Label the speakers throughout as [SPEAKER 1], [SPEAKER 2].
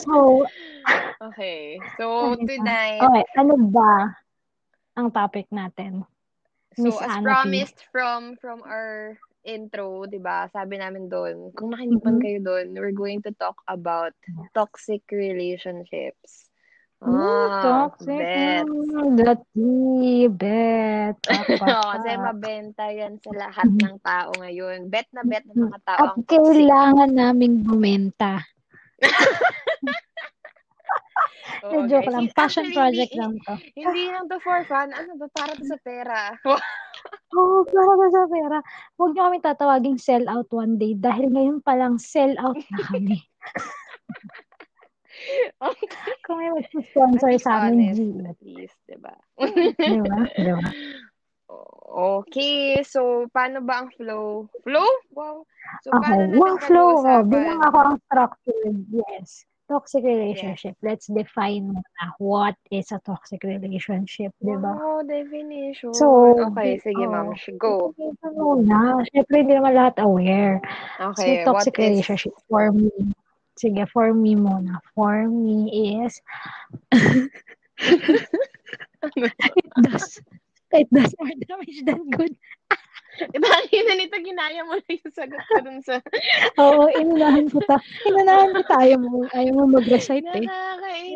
[SPEAKER 1] So,
[SPEAKER 2] Okay. So,
[SPEAKER 1] Sorry,
[SPEAKER 2] tonight,
[SPEAKER 1] okay, ano ba ang topic natin?
[SPEAKER 2] so
[SPEAKER 1] Miss
[SPEAKER 2] as
[SPEAKER 1] Anna P.
[SPEAKER 2] promised from from our intro, 'di ba? Sabi namin doon, kung nakinig man
[SPEAKER 1] Mhm.
[SPEAKER 2] kayo doon, we're going to talk about toxic relationships.
[SPEAKER 1] Ooh,
[SPEAKER 2] Ah,
[SPEAKER 1] toxic.
[SPEAKER 2] bets.
[SPEAKER 1] Mm, Dati, bet.
[SPEAKER 2] Oo, kasi mabenta yan sa lahat
[SPEAKER 1] Mhm.
[SPEAKER 2] ng tao ngayon. Bet na bet ng mga tao
[SPEAKER 1] At
[SPEAKER 2] ang toxic.
[SPEAKER 1] kailangan naming bumenta.
[SPEAKER 2] Oo,
[SPEAKER 1] eh, joke
[SPEAKER 2] guys.
[SPEAKER 1] lang.
[SPEAKER 2] Actually,
[SPEAKER 1] Passion
[SPEAKER 2] hindi- eh.
[SPEAKER 1] project lang to.
[SPEAKER 2] Hindi lang to for fun. Ano to? Para to sa pera.
[SPEAKER 1] Oo, oh, para sa pera. Huwag niyo kami tatawaging sell out one day dahil ngayon pa lang sell out na kami. Kung may mag-sponsor
[SPEAKER 2] At least
[SPEAKER 1] sa amin,
[SPEAKER 2] honest,
[SPEAKER 1] G.
[SPEAKER 2] At least, di ba?
[SPEAKER 1] Di ba? Di ba?
[SPEAKER 2] Okay, so paano ba ang flow? Flow? Wow. So,
[SPEAKER 1] Ako,
[SPEAKER 2] paano natin
[SPEAKER 1] wow, flow. Oh,
[SPEAKER 2] pag-uusapan?
[SPEAKER 1] bilang ako ang structured. Yes. Toxic relationship. Let's define muna what is a toxic relationship, di ba?
[SPEAKER 2] Wow, definition.
[SPEAKER 1] So,
[SPEAKER 2] okay,
[SPEAKER 1] di-
[SPEAKER 2] sige,
[SPEAKER 1] oh.
[SPEAKER 2] ma'am. Sh- Go.
[SPEAKER 1] Definition muna. Siyempre, hindi naman lahat aware.
[SPEAKER 2] Okay,
[SPEAKER 1] so,
[SPEAKER 2] what
[SPEAKER 1] toxic
[SPEAKER 2] is...
[SPEAKER 1] relationship for me. Sige, for me muna. For me is, it does, it does more damage than good.
[SPEAKER 2] Imagine nito, ginaya mo lang yung sagot ko dun sa...
[SPEAKER 1] Oo, inunahan ko ta. Inunahan ko tayo mo. Ayaw mo mag-recite eh.
[SPEAKER 2] Nakakainis.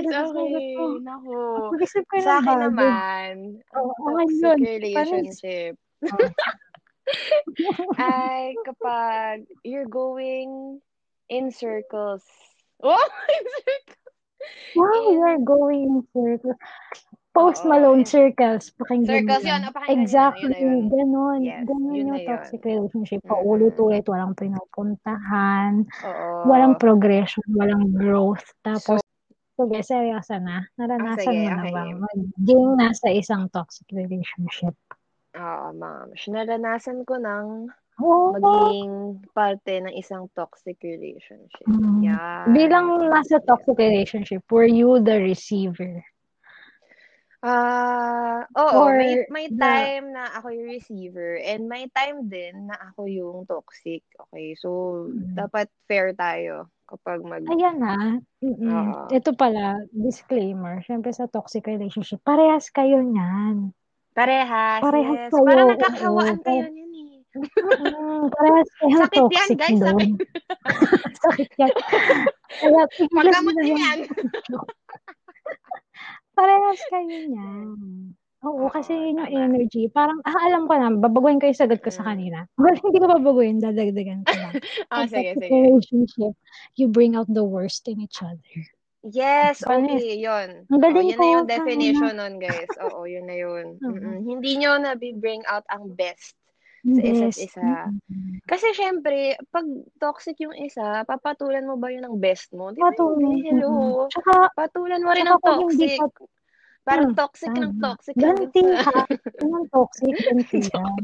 [SPEAKER 1] Wala akong
[SPEAKER 2] Okay,
[SPEAKER 1] ganito.
[SPEAKER 2] naku.
[SPEAKER 1] Mag-isip ko
[SPEAKER 2] Sa
[SPEAKER 1] ng
[SPEAKER 2] akin
[SPEAKER 1] bago.
[SPEAKER 2] naman,
[SPEAKER 1] Oo, okay
[SPEAKER 2] toxic
[SPEAKER 1] yun.
[SPEAKER 2] relationship ay kapag you're going in circles. Oh, in circles.
[SPEAKER 1] Wow, you are going in circles. Post
[SPEAKER 2] Oo,
[SPEAKER 1] Malone
[SPEAKER 2] yes.
[SPEAKER 1] circles. Pakinggan
[SPEAKER 2] Circles
[SPEAKER 1] mo
[SPEAKER 2] yun. O, pakinggan
[SPEAKER 1] Exactly.
[SPEAKER 2] Yun, yun, yun.
[SPEAKER 1] Ganon.
[SPEAKER 2] Yes,
[SPEAKER 1] Ganon
[SPEAKER 2] yun na
[SPEAKER 1] yung
[SPEAKER 2] yun.
[SPEAKER 1] toxic relationship.
[SPEAKER 2] Mhm.
[SPEAKER 1] Paulit-ulit. Walang pinupuntahan.
[SPEAKER 2] Oo.
[SPEAKER 1] Walang progression. Walang growth. Tapos,
[SPEAKER 2] So-
[SPEAKER 1] sige, seryosa na. Naranasan
[SPEAKER 2] sige,
[SPEAKER 1] mo na
[SPEAKER 2] okay.
[SPEAKER 1] ba? Maging nasa isang toxic relationship.
[SPEAKER 2] Oo, ma'am. Naranasan ko ng
[SPEAKER 1] Oo.
[SPEAKER 2] maging parte ng isang toxic relationship.
[SPEAKER 1] Mm.
[SPEAKER 2] Yeah.
[SPEAKER 1] Bilang nasa toxic relationship, were you the receiver?
[SPEAKER 2] Ah, oo,
[SPEAKER 1] Or
[SPEAKER 2] may may
[SPEAKER 1] the-
[SPEAKER 2] time na ako yung receiver and may time din na ako yung toxic. Okay, so
[SPEAKER 1] Mm.
[SPEAKER 2] dapat fair tayo kapag mag
[SPEAKER 1] Ayan na.
[SPEAKER 2] Oo.
[SPEAKER 1] Ito pala, disclaimer. Siyempre sa toxic relationship, parehas kayo niyan.
[SPEAKER 2] parehas.
[SPEAKER 1] Parehas
[SPEAKER 2] yes.
[SPEAKER 1] kayo,
[SPEAKER 2] Parang nagkakahawaan
[SPEAKER 1] oo.
[SPEAKER 2] kayo niyan eh.
[SPEAKER 1] Mm, parehas kayo
[SPEAKER 2] Sakit yan,
[SPEAKER 1] toxic
[SPEAKER 2] guys,
[SPEAKER 1] doon.
[SPEAKER 2] sakit.
[SPEAKER 1] sakit yan. Kaya tigilan
[SPEAKER 2] Pagkamot
[SPEAKER 1] mo na
[SPEAKER 2] din
[SPEAKER 1] yan.
[SPEAKER 2] yan.
[SPEAKER 1] Parehas kayo niyan. Oo,
[SPEAKER 2] Oo,
[SPEAKER 1] kasi yun yung
[SPEAKER 2] tama.
[SPEAKER 1] energy. Parang, ah, alam ko na, babaguhin ko yung sagot ko sa
[SPEAKER 2] Mm.
[SPEAKER 1] kanina. Well, hindi ko babaguhin, dadagdagan ko lang.
[SPEAKER 2] Ah,
[SPEAKER 1] Sa
[SPEAKER 2] sige,
[SPEAKER 1] toxic
[SPEAKER 2] sige.
[SPEAKER 1] relationship, you bring out the worst in each other.
[SPEAKER 2] Yes,
[SPEAKER 1] Panis.
[SPEAKER 2] okay, yun.
[SPEAKER 1] Diba, Ang galing
[SPEAKER 2] oh, yun na
[SPEAKER 1] ko, Mm.
[SPEAKER 2] yung definition nun, guys. Oo, yun na yun.
[SPEAKER 1] Oo.
[SPEAKER 2] Mm-mm. Hindi nyo na-bring out ang best Sa isa't isa.
[SPEAKER 1] Mm-mm.
[SPEAKER 2] Kasi syempre, pag toxic yung isa, papatulan mo ba yun ng best mo? Di ba
[SPEAKER 1] Patuloy.
[SPEAKER 2] hindi? Hello.
[SPEAKER 1] Mm-mm. Tsaka,
[SPEAKER 2] Patulan mo rin
[SPEAKER 1] Tsaka
[SPEAKER 2] ng
[SPEAKER 1] kung hindi
[SPEAKER 2] toxic.
[SPEAKER 1] pa- Mm,
[SPEAKER 2] Parang toxic ng
[SPEAKER 1] tama.
[SPEAKER 2] toxic. hanggang sa-
[SPEAKER 1] gantihan. Yung toxic, gantihan.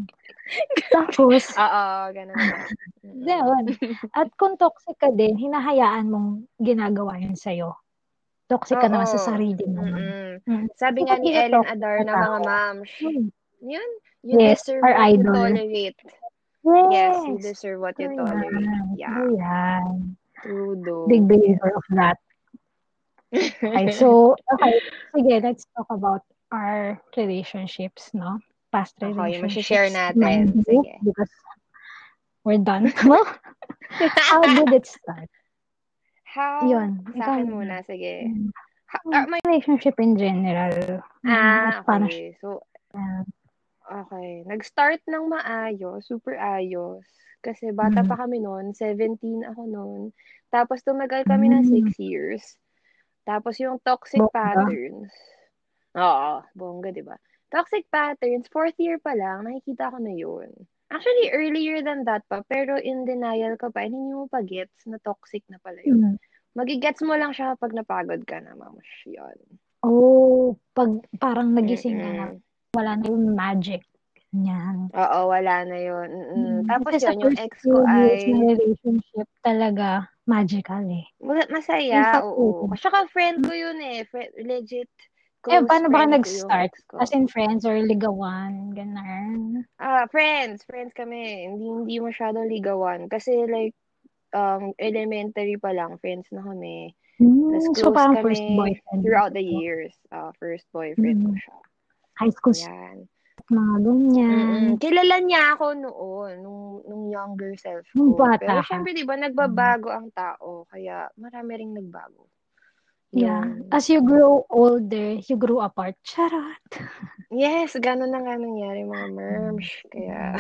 [SPEAKER 1] Tapos,
[SPEAKER 2] Oo, ganun na. Mm-mm.
[SPEAKER 1] yun. At kung toxic ka din, hinahayaan mong ginagawa yun sa'yo. Toxic ka
[SPEAKER 2] Oo.
[SPEAKER 1] naman sa sarili mo.
[SPEAKER 2] Mm-mm.
[SPEAKER 1] Mm.
[SPEAKER 2] Sabi nga
[SPEAKER 1] Hindi
[SPEAKER 2] ni
[SPEAKER 1] ka
[SPEAKER 2] Ellen
[SPEAKER 1] toxic
[SPEAKER 2] Adarna,
[SPEAKER 1] na
[SPEAKER 2] mga
[SPEAKER 1] tao.
[SPEAKER 2] ma'am,
[SPEAKER 1] Mm.
[SPEAKER 2] yun, you
[SPEAKER 1] Yes,
[SPEAKER 2] deserve
[SPEAKER 1] our
[SPEAKER 2] what you
[SPEAKER 1] idol.
[SPEAKER 2] tolerate. Yes,
[SPEAKER 1] Hmm. Yes.
[SPEAKER 2] you deserve what you
[SPEAKER 1] Ayan.
[SPEAKER 2] tolerate. Yeah,
[SPEAKER 1] Ayan.
[SPEAKER 2] true though.
[SPEAKER 1] Big believer of that. Okay, so, okay. Sige, let's talk about our relationships, no? Past
[SPEAKER 2] Okay,
[SPEAKER 1] relationships.
[SPEAKER 2] masishare natin.
[SPEAKER 1] Mind you,
[SPEAKER 2] Sige.
[SPEAKER 1] Because we're done. Well, how did it start?
[SPEAKER 2] How?
[SPEAKER 1] Yun.
[SPEAKER 2] Sa
[SPEAKER 1] Ikaw
[SPEAKER 2] akin muna, sige.
[SPEAKER 1] Mm.
[SPEAKER 2] Ha- ah, may-
[SPEAKER 1] Relationship in general. Mm, At
[SPEAKER 2] Ah,
[SPEAKER 1] paano siya?
[SPEAKER 2] okay. So, okay. Nag-start ng maayos, super ayos. Kasi bata
[SPEAKER 1] Mm.
[SPEAKER 2] pa kami noon, 17 ako noon. Tapos tumagal kami ng
[SPEAKER 1] Mm.
[SPEAKER 2] 6 years. Tapos yung toxic
[SPEAKER 1] Bongga.
[SPEAKER 2] patterns. Oo, bongga, di ba? Toxic patterns, fourth year pa lang, nakikita ko na yun. Actually, earlier than that pa, pero in denial ka pa, and hindi mo pa gets na toxic na pala
[SPEAKER 1] Mm.
[SPEAKER 2] yun. Magigets mo lang siya kapag napagod ka na, mamush. Yun.
[SPEAKER 1] Oh, pag parang nagising ka na,
[SPEAKER 2] Mm-mm.
[SPEAKER 1] wala na yung magic niyan.
[SPEAKER 2] Oo, wala na yun. Mm-mm.
[SPEAKER 1] Mm.
[SPEAKER 2] Tapos
[SPEAKER 1] Kasi sa
[SPEAKER 2] yun, yung
[SPEAKER 1] first
[SPEAKER 2] ex
[SPEAKER 1] few
[SPEAKER 2] ko
[SPEAKER 1] years
[SPEAKER 2] ay
[SPEAKER 1] na relationship talaga magical eh.
[SPEAKER 2] ma-
[SPEAKER 1] Yung
[SPEAKER 2] masaya,
[SPEAKER 1] sa-
[SPEAKER 2] oo. Kasi friend ko yun eh. Friend, legit
[SPEAKER 1] Eh,
[SPEAKER 2] close
[SPEAKER 1] paano ba ka
[SPEAKER 2] friend ko yung
[SPEAKER 1] nag-start?
[SPEAKER 2] ex ko.
[SPEAKER 1] As in friends or ligawan, ganun.
[SPEAKER 2] Ah, friends. Friends kami. Hindi, hindi masyadong ligawan. Kasi like, um, elementary pa lang, friends na kami.
[SPEAKER 1] Mm,
[SPEAKER 2] Tapos
[SPEAKER 1] so,
[SPEAKER 2] close
[SPEAKER 1] parang
[SPEAKER 2] kami
[SPEAKER 1] first boyfriend.
[SPEAKER 2] throughout the
[SPEAKER 1] Mm-hmm.
[SPEAKER 2] years. ah first boyfriend ko
[SPEAKER 1] Mm.
[SPEAKER 2] siya.
[SPEAKER 1] High school,
[SPEAKER 2] Yan.
[SPEAKER 1] mga ganyan.
[SPEAKER 2] Mm-mm. Kilala niya ako noon, nung, nung younger self ko.
[SPEAKER 1] Nung bata
[SPEAKER 2] Pero
[SPEAKER 1] ka.
[SPEAKER 2] syempre, di ba, nagbabago ang tao. Kaya marami ring nagbago.
[SPEAKER 1] Yeah.
[SPEAKER 2] Yun.
[SPEAKER 1] As you grow older, you grow apart. Charot.
[SPEAKER 2] Yes, gano'n na nga nangyari mga merms. Kaya,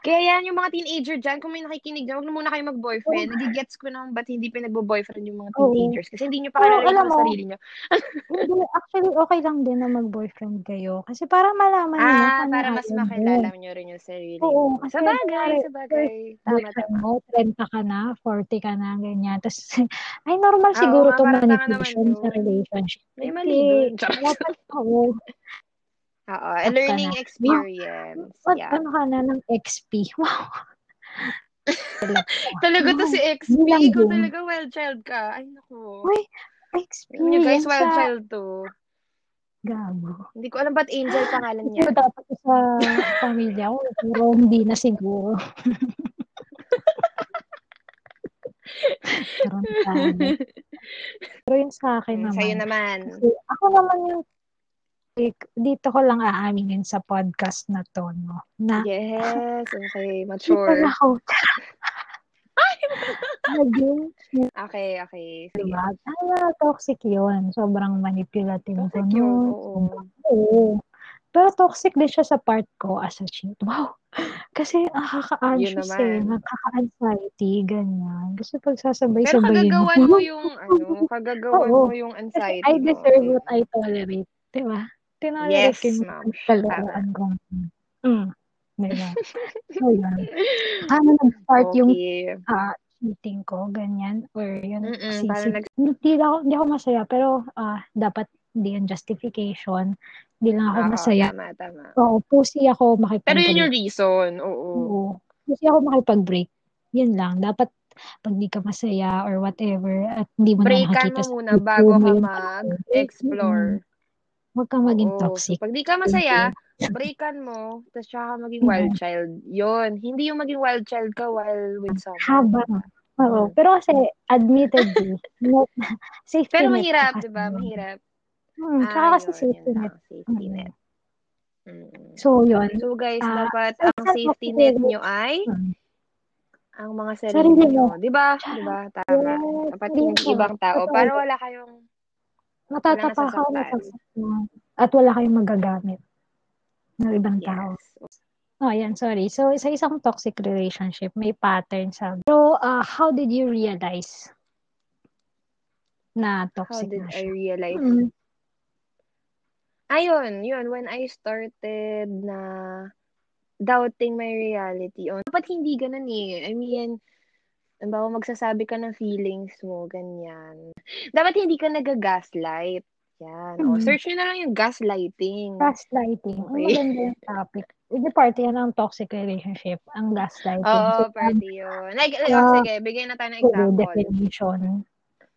[SPEAKER 2] kaya yan yung mga teenager dyan, kung may nakikinig dyan, huwag na muna kayo mag-boyfriend. Nagigets ko naman ba't hindi pinagbo-boyfriend yung mga
[SPEAKER 1] Oh. Oo.
[SPEAKER 2] teenagers. Kasi hindi nyo pa
[SPEAKER 1] Pero
[SPEAKER 2] kilala yung
[SPEAKER 1] alam
[SPEAKER 2] mga
[SPEAKER 1] mo,
[SPEAKER 2] sarili nyo.
[SPEAKER 1] Hindi, actually, okay lang din na mag-boyfriend kayo. Kasi para malaman niyo
[SPEAKER 2] Ah,
[SPEAKER 1] kung
[SPEAKER 2] para mas
[SPEAKER 1] ayaw
[SPEAKER 2] makilala
[SPEAKER 1] mo.
[SPEAKER 2] nyo rin yung sarili
[SPEAKER 1] ano Oo,
[SPEAKER 2] nyo.
[SPEAKER 1] kasi
[SPEAKER 2] Sa bagay,
[SPEAKER 1] kunwari,
[SPEAKER 2] sa bagay. Tama,
[SPEAKER 1] Boyfriend
[SPEAKER 2] tama.
[SPEAKER 1] mo, 30 ka na, 40 ka na, ganyan. Tapos, ay, normal
[SPEAKER 2] Ah, Oo
[SPEAKER 1] siguro
[SPEAKER 2] nga,
[SPEAKER 1] to
[SPEAKER 2] parang tanga naman
[SPEAKER 1] manipulation sa
[SPEAKER 2] dun.
[SPEAKER 1] relationship.
[SPEAKER 2] May mali
[SPEAKER 1] Hindi,
[SPEAKER 2] dun. Charot.
[SPEAKER 1] dapat ako,
[SPEAKER 2] Oo,
[SPEAKER 1] up
[SPEAKER 2] a
[SPEAKER 1] ka na.
[SPEAKER 2] learning
[SPEAKER 1] Wow,
[SPEAKER 2] experience.
[SPEAKER 1] what,
[SPEAKER 2] Yeah.
[SPEAKER 1] ano ka na ng XP? Wow,
[SPEAKER 2] Talaga to
[SPEAKER 1] wow,
[SPEAKER 2] si XP.
[SPEAKER 1] hindi lang
[SPEAKER 2] Ikaw
[SPEAKER 1] game.
[SPEAKER 2] talaga wild child ka. Ay, naku.
[SPEAKER 1] Uy,
[SPEAKER 2] Alam niyo guys,
[SPEAKER 1] experience
[SPEAKER 2] wild
[SPEAKER 1] sa
[SPEAKER 2] child to.
[SPEAKER 1] gago.
[SPEAKER 2] Hindi ko alam ba't Angel pangalan niya.
[SPEAKER 1] Siguro dapat ko sa pamilya ko, pero hindi na siguro. Karoon tayo. Pero yun sa akin
[SPEAKER 2] Mm, Sa'yo
[SPEAKER 1] naman.
[SPEAKER 2] naman.
[SPEAKER 1] Kasi ako naman yung like, dito ko lang aaminin sa podcast na to, no? Na
[SPEAKER 2] Yes,
[SPEAKER 1] hindi
[SPEAKER 2] okay,
[SPEAKER 1] pala
[SPEAKER 2] mature.
[SPEAKER 1] ako naging,
[SPEAKER 2] Okay, okay. Sige.
[SPEAKER 1] diba? Ah, toxic yun. Sobrang manipulative ko
[SPEAKER 2] Toxic yun,
[SPEAKER 1] nun.
[SPEAKER 2] oo.
[SPEAKER 1] Oo. Pero toxic din siya sa part ko as a cheat. Wow! Kasi
[SPEAKER 2] Yun
[SPEAKER 1] nakaka-anxious eh.
[SPEAKER 2] naman.
[SPEAKER 1] Nakaka-anxiety, ganyan. Kasi
[SPEAKER 2] Pero
[SPEAKER 1] pagsasabay-sabayin mo.
[SPEAKER 2] kagagawan mo yung, ano, kagagawan
[SPEAKER 1] Oo.
[SPEAKER 2] mo yung
[SPEAKER 1] Kasi
[SPEAKER 2] anxiety
[SPEAKER 1] I
[SPEAKER 2] mo.
[SPEAKER 1] deserve what
[SPEAKER 2] Mm.
[SPEAKER 1] I tolerate. Di ba? Tinolerate
[SPEAKER 2] Yes,
[SPEAKER 1] ko yung
[SPEAKER 2] ma'am. Tama.
[SPEAKER 1] kalaruan ko. Mm. Di ba? So, yun. Paano nag-start yung
[SPEAKER 2] Okay.
[SPEAKER 1] ah, cheating ko, ganyan, or yun,
[SPEAKER 2] Mm-mm, para
[SPEAKER 1] pagsisip.
[SPEAKER 2] nag...
[SPEAKER 1] Hindi, hindi ako, hindi ako masaya, pero ah, dapat hindi yung justification. Hindi lang ako
[SPEAKER 2] Oo,
[SPEAKER 1] masaya.
[SPEAKER 2] tama, tama.
[SPEAKER 1] Oo, pusi ako
[SPEAKER 2] Pero yun
[SPEAKER 1] makipag-break.
[SPEAKER 2] yung reason, oo.
[SPEAKER 1] Oo, pusi ako makipag-break. Yun lang. Dapat pag di ka masaya or whatever at hindi mo na
[SPEAKER 2] Breakan
[SPEAKER 1] nakikita
[SPEAKER 2] mo
[SPEAKER 1] sa
[SPEAKER 2] muna
[SPEAKER 1] puso
[SPEAKER 2] bago
[SPEAKER 1] mo
[SPEAKER 2] ka
[SPEAKER 1] yun.
[SPEAKER 2] mag-explore.
[SPEAKER 1] Mm-hmm. Huwag kang maging
[SPEAKER 2] Oo. So,
[SPEAKER 1] toxic.
[SPEAKER 2] pag di ka
[SPEAKER 1] Thank
[SPEAKER 2] masaya,
[SPEAKER 1] you.
[SPEAKER 2] breakan mo, tapos tsaka ka maging wild
[SPEAKER 1] Mm.
[SPEAKER 2] child. Yun. Hindi yung maging wild child ka while with someone, di
[SPEAKER 1] Haba.
[SPEAKER 2] ba?
[SPEAKER 1] Oo.
[SPEAKER 2] Mm.
[SPEAKER 1] Pero kasi, admittedly, net, safety
[SPEAKER 2] Pero
[SPEAKER 1] net ko
[SPEAKER 2] mahirap, di
[SPEAKER 1] kasi
[SPEAKER 2] ba?
[SPEAKER 1] yun.
[SPEAKER 2] Mahirap.
[SPEAKER 1] Hmm, tsaka
[SPEAKER 2] Ah,
[SPEAKER 1] kasi
[SPEAKER 2] yun. Yun
[SPEAKER 1] safety net.
[SPEAKER 2] lang. Safety net.
[SPEAKER 1] Mm.
[SPEAKER 2] Mm.
[SPEAKER 1] So, yun.
[SPEAKER 2] So, guys,
[SPEAKER 1] Ah,
[SPEAKER 2] dapat
[SPEAKER 1] sa
[SPEAKER 2] ang
[SPEAKER 1] self
[SPEAKER 2] safety net
[SPEAKER 1] mo, Mm.
[SPEAKER 2] nyo ay ang mga sarili
[SPEAKER 1] sarili mo.
[SPEAKER 2] nyo. Di ba? Di
[SPEAKER 1] Charot.
[SPEAKER 2] ba? Tama.
[SPEAKER 1] Yes,
[SPEAKER 2] Dapat
[SPEAKER 1] hindi
[SPEAKER 2] hindi
[SPEAKER 1] siya.
[SPEAKER 2] ibang tao.
[SPEAKER 1] Totoo.
[SPEAKER 2] Para wala kayong, wala
[SPEAKER 1] Matatapakaw,
[SPEAKER 2] nasasaktan.
[SPEAKER 1] masasaktan. At wala kayong magagamit ng ibang tao.
[SPEAKER 2] Yes.
[SPEAKER 1] Oh, yan. Sorry. So, sa isang toxic relationship, may pattern sa... So, ah, how did you realize na
[SPEAKER 2] How
[SPEAKER 1] toxic
[SPEAKER 2] did
[SPEAKER 1] na
[SPEAKER 2] I
[SPEAKER 1] siya?
[SPEAKER 2] realize?
[SPEAKER 1] Mm.
[SPEAKER 2] Ayun, yun. When I started na doubting my reality. Oh, dapat hindi ganun eh. I mean, ang bawa magsasabi ka ng feelings mo, ganyan. Dapat hindi ka nag-gaslight. Yan. O,
[SPEAKER 1] Mm.
[SPEAKER 2] search nyo na lang yung gaslighting.
[SPEAKER 1] Gaslighting. Ang
[SPEAKER 2] Okay?
[SPEAKER 1] maganda yung topic. Hindi party yan ng toxic relationship, ang gaslighting.
[SPEAKER 2] Oo,
[SPEAKER 1] So, paano
[SPEAKER 2] party yun. Like, like, oh,
[SPEAKER 1] siya
[SPEAKER 2] sige, bigyan na tayo ng
[SPEAKER 1] Oo,
[SPEAKER 2] example.
[SPEAKER 1] definition.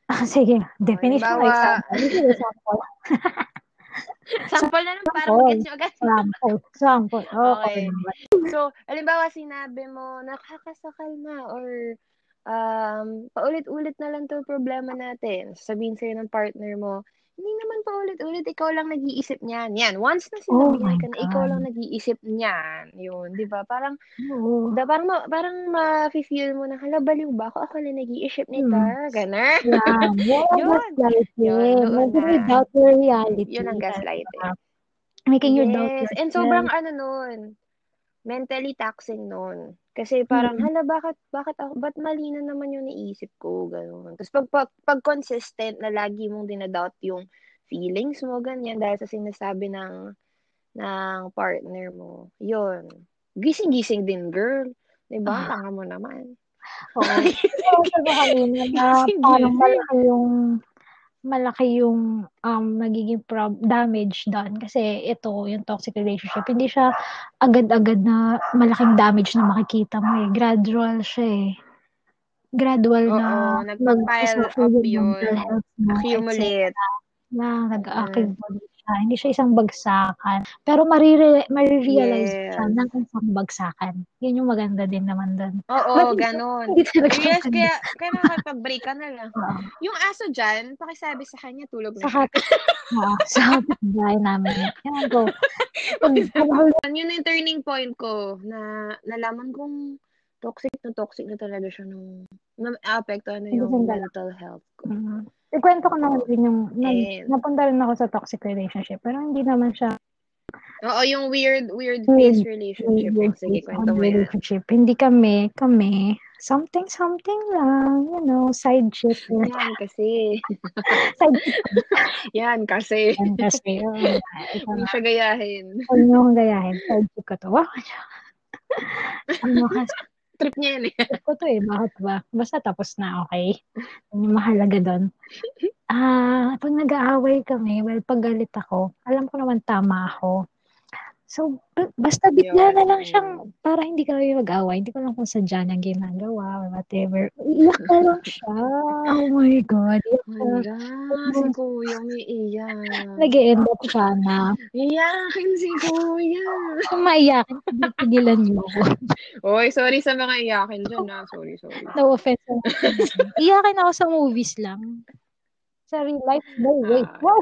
[SPEAKER 1] Ah, sige.
[SPEAKER 2] Oh,
[SPEAKER 1] Definition o
[SPEAKER 2] halimbawa,
[SPEAKER 1] example? Sige, example.
[SPEAKER 2] sample na lang para
[SPEAKER 1] Example.
[SPEAKER 2] mag-gets nyo agad.
[SPEAKER 1] Example. Example. Oo, okay
[SPEAKER 2] Okay.
[SPEAKER 1] naman.
[SPEAKER 2] So, halimbawa, sinabi mo, nakakasakal na or um, paulit-ulit na lang to problema natin. Sabihin sa'yo ng partner mo, hindi naman paulit-ulit, ikaw lang nag-iisip niyan. Yan, once na
[SPEAKER 1] Oh
[SPEAKER 2] sinabihan
[SPEAKER 1] my
[SPEAKER 2] ka na ikaw lang
[SPEAKER 1] God.
[SPEAKER 2] nag-iisip niyan, yun, di ba? Parang,
[SPEAKER 1] Oo.
[SPEAKER 2] da, parang, ma- parang ma-feel mo na, hala, baliw ba ako? Ako lang nag-iisip nito.
[SPEAKER 1] Hmm.
[SPEAKER 2] Ganer.
[SPEAKER 1] Yeah. Yan ang
[SPEAKER 2] yun. Yun,
[SPEAKER 1] gaslighting.
[SPEAKER 2] doon
[SPEAKER 1] Making you
[SPEAKER 2] na.
[SPEAKER 1] doubt your
[SPEAKER 2] Yun ang
[SPEAKER 1] reality.
[SPEAKER 2] gaslighting.
[SPEAKER 1] Talaga. Making you doubt
[SPEAKER 2] Yes. And sobrang
[SPEAKER 1] yourself.
[SPEAKER 2] ano nun, mentally taxing nun. Kasi parang,
[SPEAKER 1] Hmm.
[SPEAKER 2] hala, bakit, bakit ako, ba't mali na naman yung naisip ko, gano'n. Tapos pag, pag, pag consistent na lagi mong dinadoubt yung feelings mo, ganyan, dahil sa sinasabi ng, ng partner mo, yun. Gising-gising din, girl. Diba? Ang
[SPEAKER 1] Ah,
[SPEAKER 2] Tanga mo naman.
[SPEAKER 1] oo. Pero sabi ko kanina na parang
[SPEAKER 2] Gising-gising.
[SPEAKER 1] malaki yung malaki yung um, magiging prob- damage doon. Kasi ito, yung toxic relationship, hindi siya agad-agad na malaking damage na makikita mo eh. Gradual siya eh. Gradual na
[SPEAKER 2] Oo, nagpa-pile
[SPEAKER 1] mag-suffer
[SPEAKER 2] up
[SPEAKER 1] yung mental
[SPEAKER 2] yun.
[SPEAKER 1] health mo, etc.
[SPEAKER 2] Accumulate.
[SPEAKER 1] na
[SPEAKER 2] Mm.
[SPEAKER 1] nag-accumulate siya. Hindi siya isang bagsakan. Pero marire, marirealize
[SPEAKER 2] Yes.
[SPEAKER 1] siya ng isang bagsakan. Yun yung maganda din naman doon.
[SPEAKER 2] Oo,
[SPEAKER 1] But-
[SPEAKER 2] ganun.
[SPEAKER 1] Hindi talaga siya
[SPEAKER 2] Yes,
[SPEAKER 1] maganda.
[SPEAKER 2] kaya, kaya makakapag-break ka na lang.
[SPEAKER 1] Oo.
[SPEAKER 2] Yung aso dyan, pakisabi sa kanya, tulog
[SPEAKER 1] Sa
[SPEAKER 2] na siya.
[SPEAKER 1] kapit, Oo, sa kapitbahay namin. Yan, go. Pag, pag
[SPEAKER 2] Yun, yun yung turning point ko na nalaman kong toxic na toxic na talaga siya nung na-apektuhan na yung
[SPEAKER 1] Hindi ganda.
[SPEAKER 2] mental health ko.
[SPEAKER 1] Mm. Ikwento ko naman din yung, na,
[SPEAKER 2] And-
[SPEAKER 1] napunta rin ako sa toxic relationship, pero hindi naman siya
[SPEAKER 2] Oo, yung weird, weird
[SPEAKER 1] Weird-
[SPEAKER 2] phase relationship. ko. Sige, kwento mo yan.
[SPEAKER 1] relationship. Hindi kami, kami, something, something lang, you know, side chick.
[SPEAKER 2] Yan kasi.
[SPEAKER 1] side chick
[SPEAKER 2] Yan kasi.
[SPEAKER 1] yan kasi. yun. Ito
[SPEAKER 2] Hindi
[SPEAKER 1] na,
[SPEAKER 2] siya gayahin.
[SPEAKER 1] huwag niyo akong gayahin, side chick ko to. Wow, ano kasi
[SPEAKER 2] Trip niya yan eh.
[SPEAKER 1] trip ko to eh. Bakit ba? Basta tapos na, okay? Yun yung mahalaga doon. Ah, pag nag-aaway kami, well, pag galit ako, alam ko naman tama ako. So, b- basta bigla
[SPEAKER 2] Yun.
[SPEAKER 1] na lang siyang, para hindi kami mag-away, hindi ko lang kung sadya niyang ginagawa or whatever. Iyak na lang siya. Oh my God. Iyak na lang.
[SPEAKER 2] Wala, Oh si Kuya umiiyak.
[SPEAKER 1] Nag-end up siya na.
[SPEAKER 2] Iyakin si Kuya.
[SPEAKER 1] Kung maiyak, hindi pigilan niyo ako.
[SPEAKER 2] Oy, sorry sa mga iyakin dyan ah. Sorry, sorry.
[SPEAKER 1] No offense. Iyakin ako sa movies lang. Sa real life, no way.
[SPEAKER 2] Ah,
[SPEAKER 1] Wow!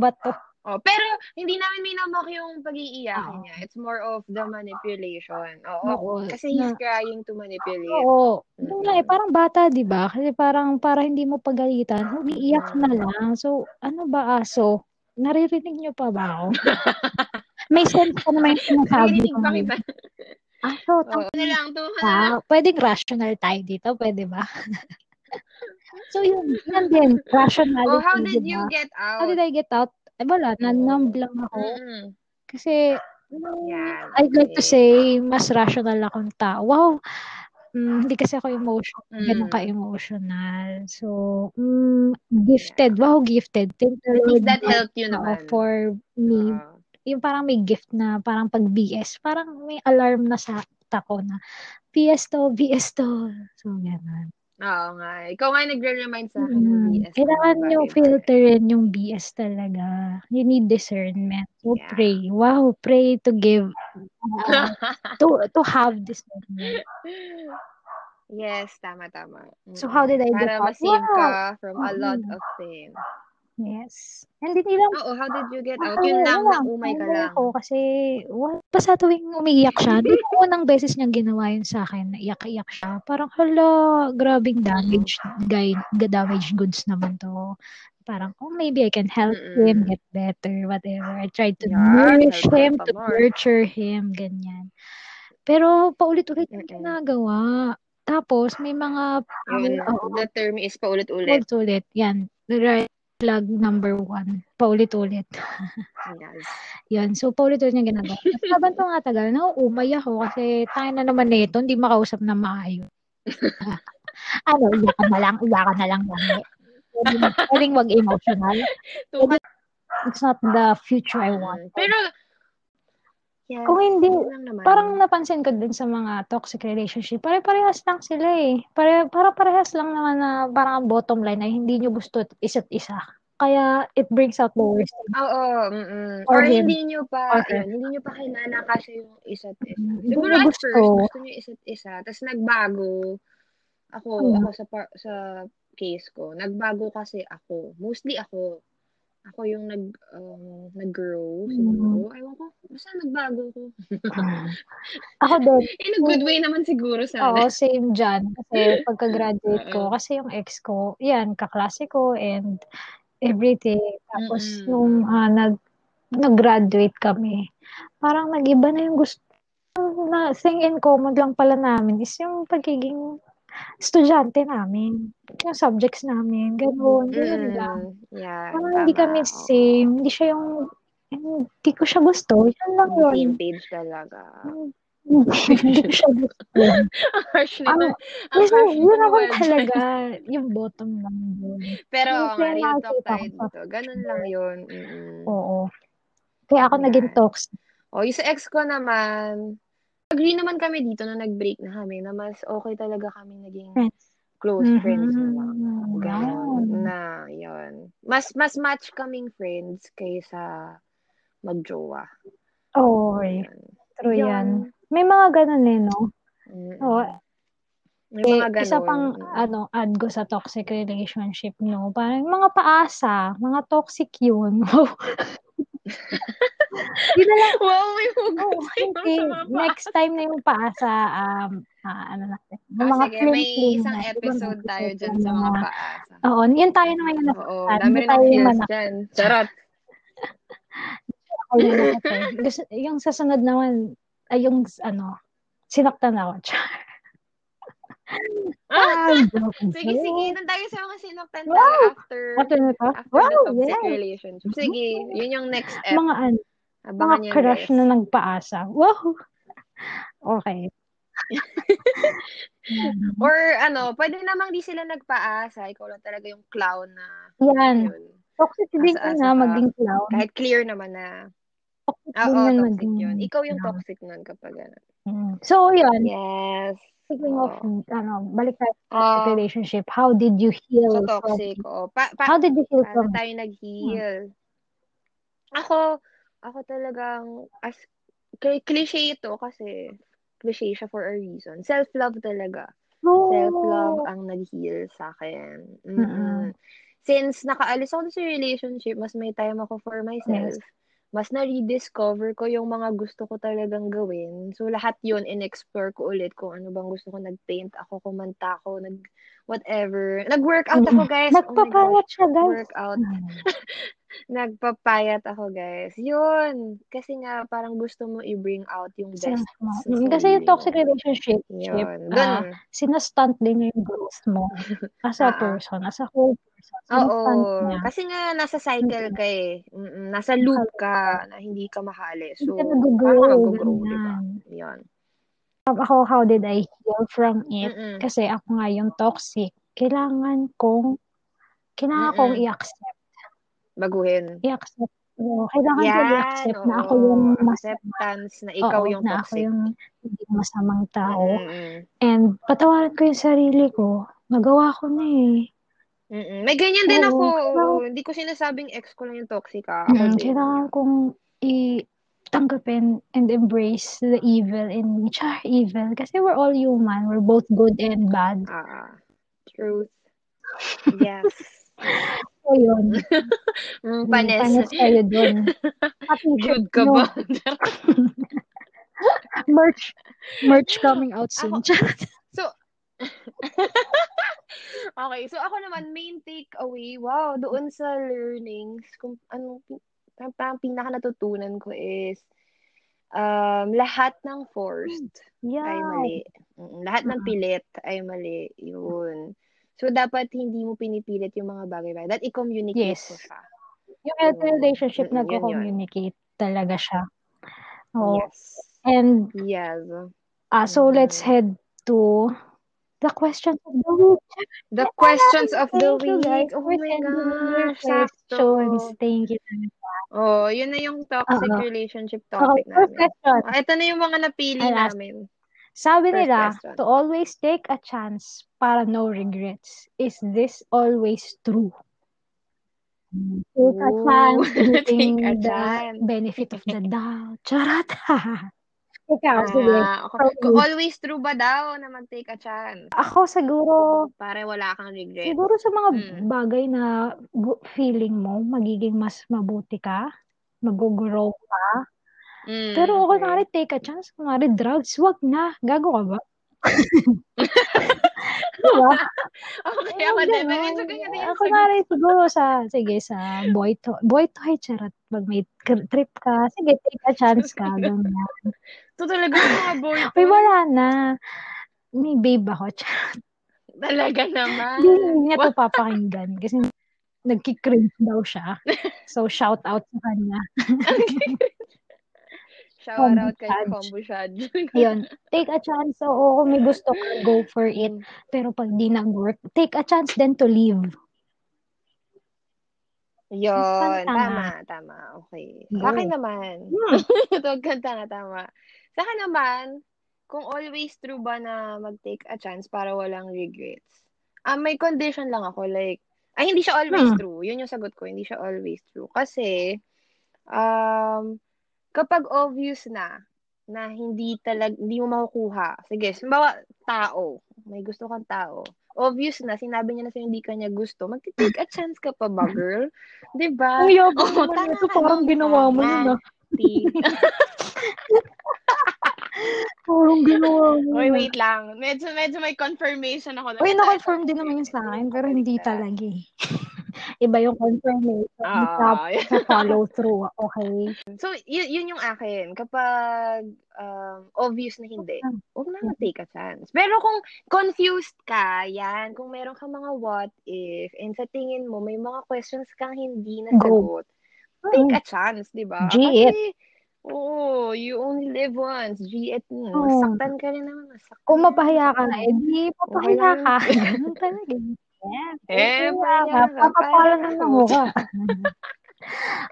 [SPEAKER 1] Bato.
[SPEAKER 2] Oh, pero hindi namin minamok yung pag-iiyakin
[SPEAKER 1] Oo.
[SPEAKER 2] niya. It's more of the manipulation. Oo.
[SPEAKER 1] Oo.
[SPEAKER 2] Kasi he's crying to manipulate.
[SPEAKER 1] Oo.
[SPEAKER 2] Mm.
[SPEAKER 1] Yun lang eh, parang bata, di ba? Kasi parang para hindi mo pagalitan, umiiyak
[SPEAKER 2] Mm.
[SPEAKER 1] na lang. So, ano ba aso? Naririnig niyo pa ba ako? May sense ka naman yung sinasabi ko.
[SPEAKER 2] Naririnig
[SPEAKER 1] Ah,
[SPEAKER 2] pa
[SPEAKER 1] ngayon.
[SPEAKER 2] kita.
[SPEAKER 1] Aso,
[SPEAKER 2] Oo,
[SPEAKER 1] tama
[SPEAKER 2] ano lang to ha?
[SPEAKER 1] ka. Pwedeng rational tayo dito, pwede ba? so, yun. Yan din, rationality,
[SPEAKER 2] Oh, how did
[SPEAKER 1] di
[SPEAKER 2] you
[SPEAKER 1] ba?
[SPEAKER 2] Mm. get
[SPEAKER 1] How
[SPEAKER 2] out?
[SPEAKER 1] did I get out? Eh, wala, na-numb lang ako.
[SPEAKER 2] Mm-mm.
[SPEAKER 1] Kasi, mm,
[SPEAKER 2] Yan,
[SPEAKER 1] I'd like to say,
[SPEAKER 2] okay.
[SPEAKER 1] mas rational akong tao. Wow, mm, hindi kasi ako emotional,
[SPEAKER 2] Mm.
[SPEAKER 1] ganun ka-emotional. So, mm, gifted. Wow, gifted. Thank the
[SPEAKER 2] At
[SPEAKER 1] Lord
[SPEAKER 2] least that helped you
[SPEAKER 1] oo,
[SPEAKER 2] naman. Ah.
[SPEAKER 1] for me.
[SPEAKER 2] Oo.
[SPEAKER 1] Yung parang may gift na, parang pag BS, parang may alarm na sa tako na, BS to, BS to. So, ganun.
[SPEAKER 2] Oo nga. Ikaw nga yung nagre-remind sa akin ng
[SPEAKER 1] Mm.
[SPEAKER 2] BS.
[SPEAKER 1] Kailangan
[SPEAKER 2] Ano ba,
[SPEAKER 1] nyo
[SPEAKER 2] diba?
[SPEAKER 1] filterin yung BS talaga. You need discernment. So,
[SPEAKER 2] Yeah.
[SPEAKER 1] pray. Wow, pray to give, uh, to, to have discernment.
[SPEAKER 2] yes, tama, tama.
[SPEAKER 1] So, how did I
[SPEAKER 2] Mm-mm.
[SPEAKER 1] get
[SPEAKER 2] Para
[SPEAKER 1] out?
[SPEAKER 2] ma-save
[SPEAKER 1] Wow!
[SPEAKER 2] ka from a lot
[SPEAKER 1] Mm-mm.
[SPEAKER 2] of things.
[SPEAKER 1] Yes. And hindi lang
[SPEAKER 2] Oo, how did you get out?
[SPEAKER 1] Ah,
[SPEAKER 2] Yun lang,
[SPEAKER 1] wala.
[SPEAKER 2] naumay ka
[SPEAKER 1] Wala
[SPEAKER 2] lang.
[SPEAKER 1] Ako kasi, wala. basta tuwing umiiyak siya, hindi ko unang beses niyang ginawa yun sa akin, naiyak-iyak siya. Parang, hala, grabing damage, guy, damage goods naman to. Parang, oh, maybe I can help him
[SPEAKER 2] Mm-mm.
[SPEAKER 1] get better, whatever. I tried to
[SPEAKER 2] Mm. Yeah,
[SPEAKER 1] nourish
[SPEAKER 2] help
[SPEAKER 1] him,
[SPEAKER 2] him
[SPEAKER 1] to
[SPEAKER 2] pa more.
[SPEAKER 1] nurture him, ganyan. Pero, paulit-ulit yung
[SPEAKER 2] Mm-mm.
[SPEAKER 1] ginagawa. Tapos, may mga,
[SPEAKER 2] Yun,
[SPEAKER 1] oo,
[SPEAKER 2] the term is paulit-ulit.
[SPEAKER 1] paulit-ulit. Yan, red flag number one. Paulit-ulit.
[SPEAKER 2] Yes.
[SPEAKER 1] Yan. So, paulit-ulit niya ginagawa. At habang ito nga tagal, nauumay ako kasi tayo na naman nito, hindi makausap na maayos. ano, iyakan na lang, iyakan na lang. lang. Pwedeng, pwedeng wag emotional. It's not the future I want.
[SPEAKER 2] Pero, yes,
[SPEAKER 1] Kung hindi,
[SPEAKER 2] Mm. yun lang naman.
[SPEAKER 1] parang napansin ko din sa mga toxic relationship, pare-parehas lang sila eh. Pare, para parehas lang naman na parang ang bottom line ay hindi nyo gusto isa't isa. Kaya it brings out the worst. in
[SPEAKER 2] Oo, mm-mm.
[SPEAKER 1] Or
[SPEAKER 2] Or,
[SPEAKER 1] him.
[SPEAKER 2] hindi
[SPEAKER 1] Or
[SPEAKER 2] nyo pa,
[SPEAKER 1] her.
[SPEAKER 2] yun, hindi nyo pa kilala kasi yung isa't isa.
[SPEAKER 1] Hindi
[SPEAKER 2] Siguro
[SPEAKER 1] nyo
[SPEAKER 2] at
[SPEAKER 1] gusto.
[SPEAKER 2] first, gusto niyo isa't isa. Tapos nagbago. Ako,
[SPEAKER 1] Mm.
[SPEAKER 2] ako sa, par- sa case ko. Nagbago kasi ako. Mostly ako. Ako yung nag, um, nag-grow siguro.
[SPEAKER 1] Hmm.
[SPEAKER 2] Ewan ko. Basta nagbago ko.
[SPEAKER 1] Mm. Ako din,
[SPEAKER 2] In a good way naman siguro
[SPEAKER 1] Hmm. Oo,
[SPEAKER 2] sana.
[SPEAKER 1] same dyan. Kasi pagka-graduate ko, kasi yung ex ko, yan, kaklase ko and everything. Tapos
[SPEAKER 2] Mm-mm.
[SPEAKER 1] nung ah, nag, nag-graduate kami, parang nag-iba na yung gusto. Na, thing in common lang pala namin is yung pagiging estudyante namin. Yung subjects namin. Ganun. Ganun lang.
[SPEAKER 2] Mm-mm. Mm, Yeah,
[SPEAKER 1] Parang
[SPEAKER 2] tama.
[SPEAKER 1] hindi kami
[SPEAKER 2] Oo.
[SPEAKER 1] same. Hindi siya yung, hindi ko siya gusto. Yan lang yun.
[SPEAKER 2] Same page talaga.
[SPEAKER 1] hindi ko siya gusto.
[SPEAKER 2] Ang harsh
[SPEAKER 1] Ang-
[SPEAKER 2] nito. Ang
[SPEAKER 1] Kasi
[SPEAKER 2] harsh nito
[SPEAKER 1] yun
[SPEAKER 2] ni
[SPEAKER 1] ako
[SPEAKER 2] Web.
[SPEAKER 1] talaga, yung bottom lang doon.
[SPEAKER 2] Pero
[SPEAKER 1] Yung
[SPEAKER 2] oo nga, real talk
[SPEAKER 1] nakakita
[SPEAKER 2] tayo
[SPEAKER 1] ko sa
[SPEAKER 2] dito. Ganun lang yun. Mm-mm.
[SPEAKER 1] oo. Kaya ako
[SPEAKER 2] Yan.
[SPEAKER 1] naging toxic.
[SPEAKER 2] O, yung sa ex ko naman, agree naman kami dito na nag-break na kami na mas okay talaga kami naging
[SPEAKER 1] Friends.
[SPEAKER 2] close friends mo lang.
[SPEAKER 1] Mm,
[SPEAKER 2] Ganon.
[SPEAKER 1] wow.
[SPEAKER 2] Na, yun. Mas, mas match kaming friends kaysa magjowa.
[SPEAKER 1] Oo, eh.
[SPEAKER 2] Yun.
[SPEAKER 1] true yan. May mga ganun eh, no?
[SPEAKER 2] Mm-mm.
[SPEAKER 1] Oo,
[SPEAKER 2] May mga
[SPEAKER 1] Eh,
[SPEAKER 2] ganon.
[SPEAKER 1] isa pang
[SPEAKER 2] Mm-mm.
[SPEAKER 1] ano add ko sa toxic relationship no parang mga paasa mga toxic yun wow yun na lang
[SPEAKER 2] Wow, may hugot
[SPEAKER 1] oh,
[SPEAKER 2] tayo
[SPEAKER 1] hindi
[SPEAKER 2] sa mga pa-
[SPEAKER 1] next time na yung paasa um ah, ano natin yung
[SPEAKER 2] Ah,
[SPEAKER 1] mga
[SPEAKER 2] sige,
[SPEAKER 1] flim-
[SPEAKER 2] may
[SPEAKER 1] flim
[SPEAKER 2] isang
[SPEAKER 1] na,
[SPEAKER 2] episode
[SPEAKER 1] diba,
[SPEAKER 2] tayo dyan
[SPEAKER 1] yung
[SPEAKER 2] sa mga paasa.
[SPEAKER 1] oo yun tayo na ngayon na
[SPEAKER 2] Oo,
[SPEAKER 1] Ah,
[SPEAKER 2] dami
[SPEAKER 1] hindi
[SPEAKER 2] rin
[SPEAKER 1] tayo
[SPEAKER 2] ng feels
[SPEAKER 1] manak-
[SPEAKER 2] dyan. Charot.
[SPEAKER 1] ako na lahat eh. Gusto, yung sa sunod naman ay yung ano sinaktan ako Char. ah joke,
[SPEAKER 2] Sige,
[SPEAKER 1] joke.
[SPEAKER 2] sige. Doon tayo sa mga sinaktan
[SPEAKER 1] Wow!
[SPEAKER 2] tayo after,
[SPEAKER 1] After na to?
[SPEAKER 2] after
[SPEAKER 1] Wow,
[SPEAKER 2] the toxic
[SPEAKER 1] yeah.
[SPEAKER 2] relationship. Sige, yun yung next ep.
[SPEAKER 1] Mga ano, mga
[SPEAKER 2] eh, Abangan niyo
[SPEAKER 1] crush
[SPEAKER 2] guys.
[SPEAKER 1] na nagpaasa. Wow! Okay.
[SPEAKER 2] Or ano, pwede namang di sila nagpaasa. Ikaw lang talaga yung clown na
[SPEAKER 1] Yan.
[SPEAKER 2] yun.
[SPEAKER 1] Toxic din
[SPEAKER 2] Asa-asa
[SPEAKER 1] na
[SPEAKER 2] ka.
[SPEAKER 1] maging clown.
[SPEAKER 2] Kahit clear naman na.
[SPEAKER 1] Toxic
[SPEAKER 2] Ah,
[SPEAKER 1] din
[SPEAKER 2] Oo,
[SPEAKER 1] yan
[SPEAKER 2] toxic
[SPEAKER 1] maging
[SPEAKER 2] yun. Ikaw yung
[SPEAKER 1] clown.
[SPEAKER 2] toxic nun kapag ano.
[SPEAKER 1] Mm. So, yan.
[SPEAKER 2] Yes.
[SPEAKER 1] Speaking of,
[SPEAKER 2] Oo.
[SPEAKER 1] ano, balik tayo sa toxic
[SPEAKER 2] Ah,
[SPEAKER 1] relationship. How did you
[SPEAKER 2] sa
[SPEAKER 1] heal from,
[SPEAKER 2] toxic. Oo. Pa, pa,
[SPEAKER 1] how did you heal
[SPEAKER 2] paano
[SPEAKER 1] from it?
[SPEAKER 2] Ano tayo nag-heal? Ako, ako talagang, as, cli- cliche ito kasi, cliche siya for a reason. Self-love talaga. Self-love
[SPEAKER 1] No.
[SPEAKER 2] ang nag-heal sa akin.
[SPEAKER 1] Oh. Mm-mm.
[SPEAKER 2] Mm-mm. Since nakaalis ako sa relationship, mas may time ako for
[SPEAKER 1] Yes.
[SPEAKER 2] myself. Mas na-rediscover ko yung mga gusto ko talagang gawin. So, lahat yun, in-explore ko ulit kung ano bang gusto ko. Nag-paint ako, kumanta ako, nag- whatever. Nag-workout
[SPEAKER 1] Mm-mm.
[SPEAKER 2] ako, guys. Oh my gosh.
[SPEAKER 1] Nagpapayat siya, guys.
[SPEAKER 2] Workout
[SPEAKER 1] Mm.
[SPEAKER 2] Nagpapayat ako, guys. Yun. Kasi nga, parang gusto mo i-bring out yung
[SPEAKER 1] Kasi,
[SPEAKER 2] best
[SPEAKER 1] mas-
[SPEAKER 2] sa
[SPEAKER 1] mm, kasi yung
[SPEAKER 2] sarili
[SPEAKER 1] toxic
[SPEAKER 2] mo.
[SPEAKER 1] relationship, ship,
[SPEAKER 2] Yun.
[SPEAKER 1] ah,
[SPEAKER 2] Dun.
[SPEAKER 1] sinastunt din niya yung growth mo as a
[SPEAKER 2] Ah, oh. ah.
[SPEAKER 1] person, as a whole person.
[SPEAKER 2] Oo.
[SPEAKER 1] Sinastunt niya.
[SPEAKER 2] Kasi nga, nasa cycle
[SPEAKER 1] Mm-mm.
[SPEAKER 2] ka eh. Mm-mm. Nasa loop ka na hindi ka
[SPEAKER 1] Hindi
[SPEAKER 2] mahali.
[SPEAKER 1] ka
[SPEAKER 2] So, paano ka
[SPEAKER 1] nag-grow,
[SPEAKER 2] mag-grow, di ba?
[SPEAKER 1] ganyan.
[SPEAKER 2] Yun.
[SPEAKER 1] Um, Ako, how did I heal from it?
[SPEAKER 2] Mm-mm.
[SPEAKER 1] Kasi ako nga yung toxic. Kailangan kong, kailangan kong
[SPEAKER 2] Mm-mm.
[SPEAKER 1] i-accept.
[SPEAKER 2] Baguhin.
[SPEAKER 1] I-accept. Oo, kailangan kong
[SPEAKER 2] Yan.
[SPEAKER 1] i-accept na ako yung
[SPEAKER 2] Oo.
[SPEAKER 1] masama.
[SPEAKER 2] Acceptance na ikaw
[SPEAKER 1] Oo,
[SPEAKER 2] yung
[SPEAKER 1] na ako
[SPEAKER 2] toxic.
[SPEAKER 1] yung hindi masamang tao.
[SPEAKER 2] Mm-mm.
[SPEAKER 1] And patawarin ko yung sarili ko. Nagawa ko na eh.
[SPEAKER 2] Mm-mm. May ganyan din ako.
[SPEAKER 1] Oo,
[SPEAKER 2] Oo.
[SPEAKER 1] kailangan,
[SPEAKER 2] Hindi ko sinasabing ex ko lang yung toxic, ah. Ako
[SPEAKER 1] mm,
[SPEAKER 2] din.
[SPEAKER 1] kailangan
[SPEAKER 2] Yun.
[SPEAKER 1] kong i tanggapin and embrace the evil in me. Char, evil. Kasi we're all human. We're both good and bad.
[SPEAKER 2] Ah, ah. truth. Yes. Yes.
[SPEAKER 1] So, yun.
[SPEAKER 2] Mm,
[SPEAKER 1] Mm,
[SPEAKER 2] panes.
[SPEAKER 1] Panis kayo dun. Pati shirt
[SPEAKER 2] Good ka
[SPEAKER 1] nyo.
[SPEAKER 2] ba?
[SPEAKER 1] Merch. Merch coming out
[SPEAKER 2] ako,
[SPEAKER 1] soon. Char.
[SPEAKER 2] so, okay. So, ako naman, main takeaway, wow, doon sa learnings, kung anong, pin- parang parang pinaka natutunan ko is, um, lahat ng forced ay
[SPEAKER 1] Hmm, Yeah.
[SPEAKER 2] mali. Mm, Lahat ng pilit ay mali. Yun. So, dapat hindi mo pinipilit yung mga bagay-bagay. That i-communicate mo
[SPEAKER 1] Yes.
[SPEAKER 2] siya.
[SPEAKER 1] Yung healthy
[SPEAKER 2] Yun.
[SPEAKER 1] relationship,
[SPEAKER 2] Mm, yun yun.
[SPEAKER 1] nagko-communicate talaga siya. Oo.
[SPEAKER 2] Yes.
[SPEAKER 1] And,
[SPEAKER 2] Yes.
[SPEAKER 1] ah, so let's
[SPEAKER 2] Mm-mm.
[SPEAKER 1] head to the question of the week.
[SPEAKER 2] The
[SPEAKER 1] Taray!
[SPEAKER 2] questions of the
[SPEAKER 1] Thank you guys
[SPEAKER 2] week. Oh
[SPEAKER 1] for
[SPEAKER 2] my
[SPEAKER 1] sending in your
[SPEAKER 2] gosh,
[SPEAKER 1] questions.
[SPEAKER 2] sakto.
[SPEAKER 1] Thank you.
[SPEAKER 2] Oh, yun na yung toxic
[SPEAKER 1] Oo.
[SPEAKER 2] relationship
[SPEAKER 1] Okay,
[SPEAKER 2] topic
[SPEAKER 1] first
[SPEAKER 2] namin.
[SPEAKER 1] question.
[SPEAKER 2] Ah, ito na yung mga napili
[SPEAKER 1] I'll ask.
[SPEAKER 2] namin.
[SPEAKER 1] Sabi
[SPEAKER 2] First
[SPEAKER 1] nila,
[SPEAKER 2] question.
[SPEAKER 1] to always take a chance para no regrets. Is this always true? Take a
[SPEAKER 2] Ooh,
[SPEAKER 1] chance
[SPEAKER 2] take a
[SPEAKER 1] using the
[SPEAKER 2] chance.
[SPEAKER 1] benefit of the doubt. Charot. Ikaw, sige.
[SPEAKER 2] Ah, ako,
[SPEAKER 1] Ikaw
[SPEAKER 2] ko-
[SPEAKER 1] ulit.
[SPEAKER 2] always true ba daw na mag-take a chance?
[SPEAKER 1] Ako siguro,
[SPEAKER 2] Para wala kang regret.
[SPEAKER 1] siguro sa mga
[SPEAKER 2] Mm.
[SPEAKER 1] bagay na gu- feeling mo, magiging mas mabuti ka, mag-grow ka, Pero
[SPEAKER 2] Mm,
[SPEAKER 1] ako kunwari,
[SPEAKER 2] okay.
[SPEAKER 1] take a chance. Kunwari, drugs, wag na. Gago ka ba? Diba? Di ba?
[SPEAKER 2] okay,
[SPEAKER 1] Eh,
[SPEAKER 2] ako
[SPEAKER 1] wag
[SPEAKER 2] din. May
[SPEAKER 1] ganun.
[SPEAKER 2] medyo ganyan din
[SPEAKER 1] Ah,
[SPEAKER 2] yung sagot
[SPEAKER 1] Kunwari, siguro sa, sige, sa boy to, boy toy, charot. Pag may kr- trip ka, sige, take a chance ka, ganyan.
[SPEAKER 2] So talaga yung mga boy
[SPEAKER 1] Uy,
[SPEAKER 2] toy.
[SPEAKER 1] wala na. May babe ako. Charot.
[SPEAKER 2] Talaga
[SPEAKER 1] Hindi,
[SPEAKER 2] naman.
[SPEAKER 1] hindi niya
[SPEAKER 2] Wow.
[SPEAKER 1] to papakinggan kasi nagkikringe daw siya. So, shout out sa kanya.
[SPEAKER 2] Shower
[SPEAKER 1] Combo
[SPEAKER 2] out kay
[SPEAKER 1] charge.
[SPEAKER 2] Combo Shad.
[SPEAKER 1] Ayun, take a chance. Oo, kung may gusto ka, go for it.
[SPEAKER 2] Mm.
[SPEAKER 1] Pero pag di nag-work, take a chance then to leave.
[SPEAKER 2] Yun,
[SPEAKER 1] Pantanga.
[SPEAKER 2] tama, tama. Okay. Sa akin
[SPEAKER 1] Go.
[SPEAKER 2] naman,
[SPEAKER 1] Hmm.
[SPEAKER 2] huwag kang tanga, tama. Sa akin naman, kung always true ba na mag-take a chance para walang regrets? Ah, may condition lang ako. Like, ay, hindi siya
[SPEAKER 1] Hmm.
[SPEAKER 2] always true. Yun yung sagot ko. Hindi siya always true. Kasi, um, kapag obvious na, na hindi talag, hindi mo makukuha. Sige, simbawa, tao. May gusto kang tao. Obvious na, sinabi niya na sa'yo hindi ka niya gusto. Magti-take a chance ka pa ba, girl? Diba? Di ba?
[SPEAKER 1] Ang yabang
[SPEAKER 2] Ah, Oo,
[SPEAKER 1] naman
[SPEAKER 2] tanga
[SPEAKER 1] nito,
[SPEAKER 2] ka
[SPEAKER 1] parang
[SPEAKER 2] nun,
[SPEAKER 1] ginawa mo yun, ah.
[SPEAKER 2] romantic.
[SPEAKER 1] Parang ginawa mo
[SPEAKER 2] Uy,
[SPEAKER 1] yun.
[SPEAKER 2] wait lang. Medyo, medyo may confirmation ako.
[SPEAKER 1] Uy, na-confirm din naman yun sa akin, pero hindi talaga eh. Iba yung confirmation sa,
[SPEAKER 2] Ah, yun.
[SPEAKER 1] sa follow-through, ah, okay?
[SPEAKER 2] so, yun, yun yung akin. Kapag um, obvious na hindi, huwag na mag-take a chance. Pero kung confused ka, yan, kung meron ka mga what if, and sa tingin mo, may mga questions kang hindi nasagot,
[SPEAKER 1] Hmm.
[SPEAKER 2] take a chance, di ba?
[SPEAKER 1] G it.
[SPEAKER 2] Kasi, oo, you only live once. G it. Mm,
[SPEAKER 1] Oo.
[SPEAKER 2] Masaktan ka rin naman. Masaktan.
[SPEAKER 1] Oh. Kung mapahiya ka na, eh di mapahiya
[SPEAKER 2] Okay.
[SPEAKER 1] ka. Ganun talaga. Yes. mapahiya
[SPEAKER 2] Eh,
[SPEAKER 1] ka.
[SPEAKER 2] pahiya ka.
[SPEAKER 1] Papapalan
[SPEAKER 2] Pahiya
[SPEAKER 1] ng
[SPEAKER 2] ka.
[SPEAKER 1] mukha.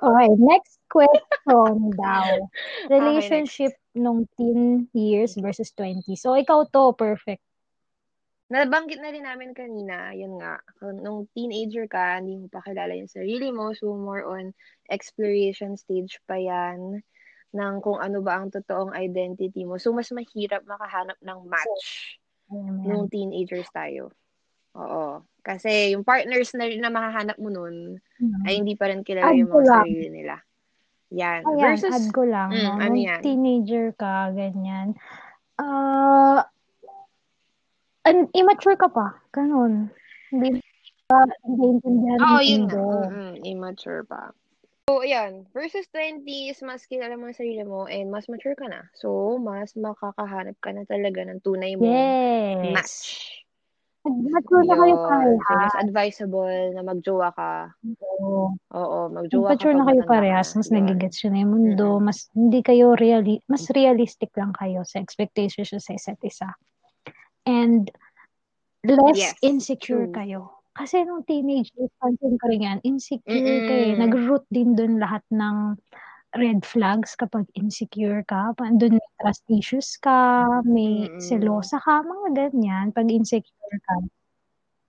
[SPEAKER 1] okay, next question daw. Relationship nung teen years versus 20. So, ikaw to, perfect.
[SPEAKER 2] Nabanggit na rin namin kanina, yun nga, kung nung teenager ka, hindi mo pa kilala yung sarili mo, so more on exploration stage pa yan ng kung ano ba ang totoong identity mo. So, mas mahirap makahanap ng match
[SPEAKER 1] Ayan, ayan.
[SPEAKER 2] nung teenagers tayo. Oo. Kasi yung partners na, na makahanap mo nun,
[SPEAKER 1] Hmm.
[SPEAKER 2] ay hindi pa rin kilala
[SPEAKER 1] Add
[SPEAKER 2] yung
[SPEAKER 1] ko
[SPEAKER 2] mga
[SPEAKER 1] lang.
[SPEAKER 2] sarili nila. Yan.
[SPEAKER 1] Ayan,
[SPEAKER 2] Versus,
[SPEAKER 1] Oh, add ko lang.
[SPEAKER 2] Mm,
[SPEAKER 1] no?
[SPEAKER 2] ano
[SPEAKER 1] Nung
[SPEAKER 2] yan?
[SPEAKER 1] teenager ka, ganyan. Ah, an immature ka pa. Ganun. Hindi pa naiintindihan
[SPEAKER 2] oo,
[SPEAKER 1] ng
[SPEAKER 2] Oh, yun nga. Mm,
[SPEAKER 1] mundo.
[SPEAKER 2] Mm-mm, immature pa. So, ayan. Versus 20s, mas kilala mo yung sarili mo and mas mature ka na. So, mas makakahanap ka na talaga ng tunay mo
[SPEAKER 1] Yes.
[SPEAKER 2] mm. match.
[SPEAKER 1] Mature na kayo
[SPEAKER 2] Yun.
[SPEAKER 1] parehas.
[SPEAKER 2] So, mas advisable na magjowa ka. Oo, magjowa ka.
[SPEAKER 1] Mature na
[SPEAKER 2] pag
[SPEAKER 1] kayo
[SPEAKER 2] matanda ka
[SPEAKER 1] parehas. Mas
[SPEAKER 2] Yun. Mm.
[SPEAKER 1] nagigets yun na yung mundo. Mas hindi kayo reali- mas realistic lang kayo sa expectations nyo sa isa't isa. And less
[SPEAKER 2] Yes,
[SPEAKER 1] insecure
[SPEAKER 2] true.
[SPEAKER 1] kayo. Kasi nung teenage years, pansin ko rin yan, insecure
[SPEAKER 2] Mm-mm.
[SPEAKER 1] ka eh. Nag-root din dun lahat ng red flags kapag insecure ka. Pa- Dun may trust issues ka, may
[SPEAKER 2] Mm-mm.
[SPEAKER 1] selosa ka, mga ganyan. Pag insecure ka.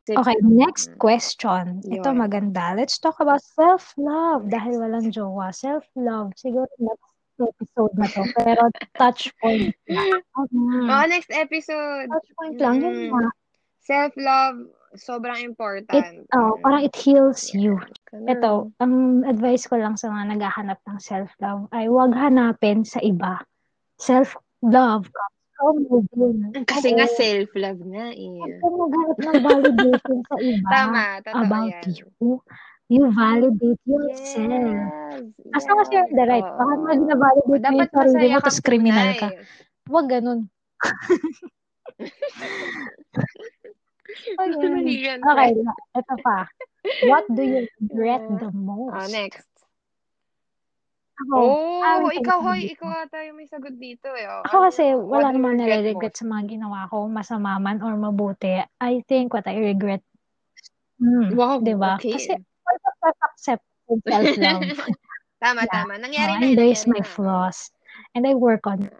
[SPEAKER 2] Sip.
[SPEAKER 1] Okay, next
[SPEAKER 2] Mm.
[SPEAKER 1] question. Ito
[SPEAKER 2] Yun.
[SPEAKER 1] maganda. Let's talk about self-love. Dahil walang jowa. Self-love. Siguro next episode na to. Pero touch point lang.
[SPEAKER 2] Oo,
[SPEAKER 1] Mhm.
[SPEAKER 2] Oh, next episode.
[SPEAKER 1] Touch point lang. Yun
[SPEAKER 2] Mm.
[SPEAKER 1] nga.
[SPEAKER 2] Self-love, sobrang important.
[SPEAKER 1] Oh,
[SPEAKER 2] Mm.
[SPEAKER 1] parang it heals you.
[SPEAKER 2] Ganun.
[SPEAKER 1] Ito, ang advice ko lang sa mga naghahanap ng self-love ay huwag hanapin sa iba. Self-love comes from within.
[SPEAKER 2] Kasi nga
[SPEAKER 1] Oo.
[SPEAKER 2] self-love nga eh.
[SPEAKER 1] Huwag kang maghanap ng validation sa iba
[SPEAKER 2] Tama, totoo
[SPEAKER 1] about
[SPEAKER 2] yan.
[SPEAKER 1] you. You validate
[SPEAKER 2] Yes.
[SPEAKER 1] yourself. As long as you're in the right,
[SPEAKER 2] Oo.
[SPEAKER 1] baka mag validate mo
[SPEAKER 2] Dapat
[SPEAKER 1] yung sarili
[SPEAKER 2] masaya
[SPEAKER 1] mo,
[SPEAKER 2] kang
[SPEAKER 1] tapos criminal
[SPEAKER 2] tunay.
[SPEAKER 1] ka. Huwag ganun. Huwag
[SPEAKER 2] Mas
[SPEAKER 1] ganun.
[SPEAKER 2] maligan pa.
[SPEAKER 1] Okay, ito pa. What do you regret the
[SPEAKER 2] Yeah. Ah,
[SPEAKER 1] most?
[SPEAKER 2] next.
[SPEAKER 1] Ako,
[SPEAKER 2] Oh,
[SPEAKER 1] ah, may
[SPEAKER 2] ikaw,
[SPEAKER 1] sagot
[SPEAKER 2] hoy,
[SPEAKER 1] dito.
[SPEAKER 2] ikaw ata yung may sagot dito eh. Oh,
[SPEAKER 1] Ako
[SPEAKER 2] ano,
[SPEAKER 1] kasi
[SPEAKER 2] what
[SPEAKER 1] wala
[SPEAKER 2] do you
[SPEAKER 1] namang
[SPEAKER 2] regret
[SPEAKER 1] nare-regret
[SPEAKER 2] most?
[SPEAKER 1] sa mga ginawa ko, masama man or mabuti. I think what I regret, hmm,
[SPEAKER 2] Wow,
[SPEAKER 1] di ba?
[SPEAKER 2] Mm, okay.
[SPEAKER 1] Kasi all of that accept with self-love.
[SPEAKER 2] tama,
[SPEAKER 1] Yeah.
[SPEAKER 2] tama.
[SPEAKER 1] No,
[SPEAKER 2] Nangyari
[SPEAKER 1] I
[SPEAKER 2] na,
[SPEAKER 1] embrace my
[SPEAKER 2] nangyari na.
[SPEAKER 1] flaws and I work on it.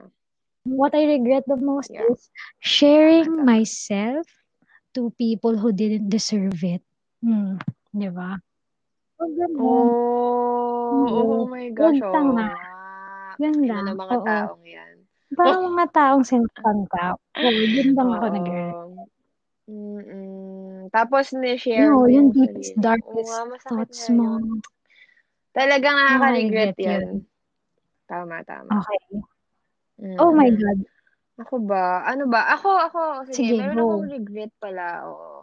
[SPEAKER 1] What I regret the most
[SPEAKER 2] Yeah.
[SPEAKER 1] is sharing myself to people who didn't deserve it. Hmm, di ba? Huwag ganun.
[SPEAKER 2] Oh, oh
[SPEAKER 1] Oo.
[SPEAKER 2] my
[SPEAKER 1] Huwag
[SPEAKER 2] gosh, oo
[SPEAKER 1] tanga.
[SPEAKER 2] nga.
[SPEAKER 1] Yun
[SPEAKER 2] Ano
[SPEAKER 1] lang.
[SPEAKER 2] ng mga
[SPEAKER 1] Oo.
[SPEAKER 2] taong yan?
[SPEAKER 1] Parang mga taong sinasang ka. Oo, yun lang ako
[SPEAKER 2] Oo.
[SPEAKER 1] nag-regret.
[SPEAKER 2] Mm-mm. Tapos, ni-share
[SPEAKER 1] No,
[SPEAKER 2] mo
[SPEAKER 1] yung
[SPEAKER 2] yung
[SPEAKER 1] deepest,
[SPEAKER 2] sarili mo. Oo nga,
[SPEAKER 1] darkest
[SPEAKER 2] masakit
[SPEAKER 1] thoughts
[SPEAKER 2] nga
[SPEAKER 1] mo.
[SPEAKER 2] yun.
[SPEAKER 1] Oh,
[SPEAKER 2] Talagang nakaka-regret
[SPEAKER 1] Nakaka-regret
[SPEAKER 2] yan.
[SPEAKER 1] yun.
[SPEAKER 2] Tama, tama.
[SPEAKER 1] Okay.
[SPEAKER 2] Mm.
[SPEAKER 1] Oh my God.
[SPEAKER 2] Ako ba? Ano ba? Ako, ako.
[SPEAKER 1] Sige,
[SPEAKER 2] Sige, meron
[SPEAKER 1] go.
[SPEAKER 2] akong regret pala. Oo.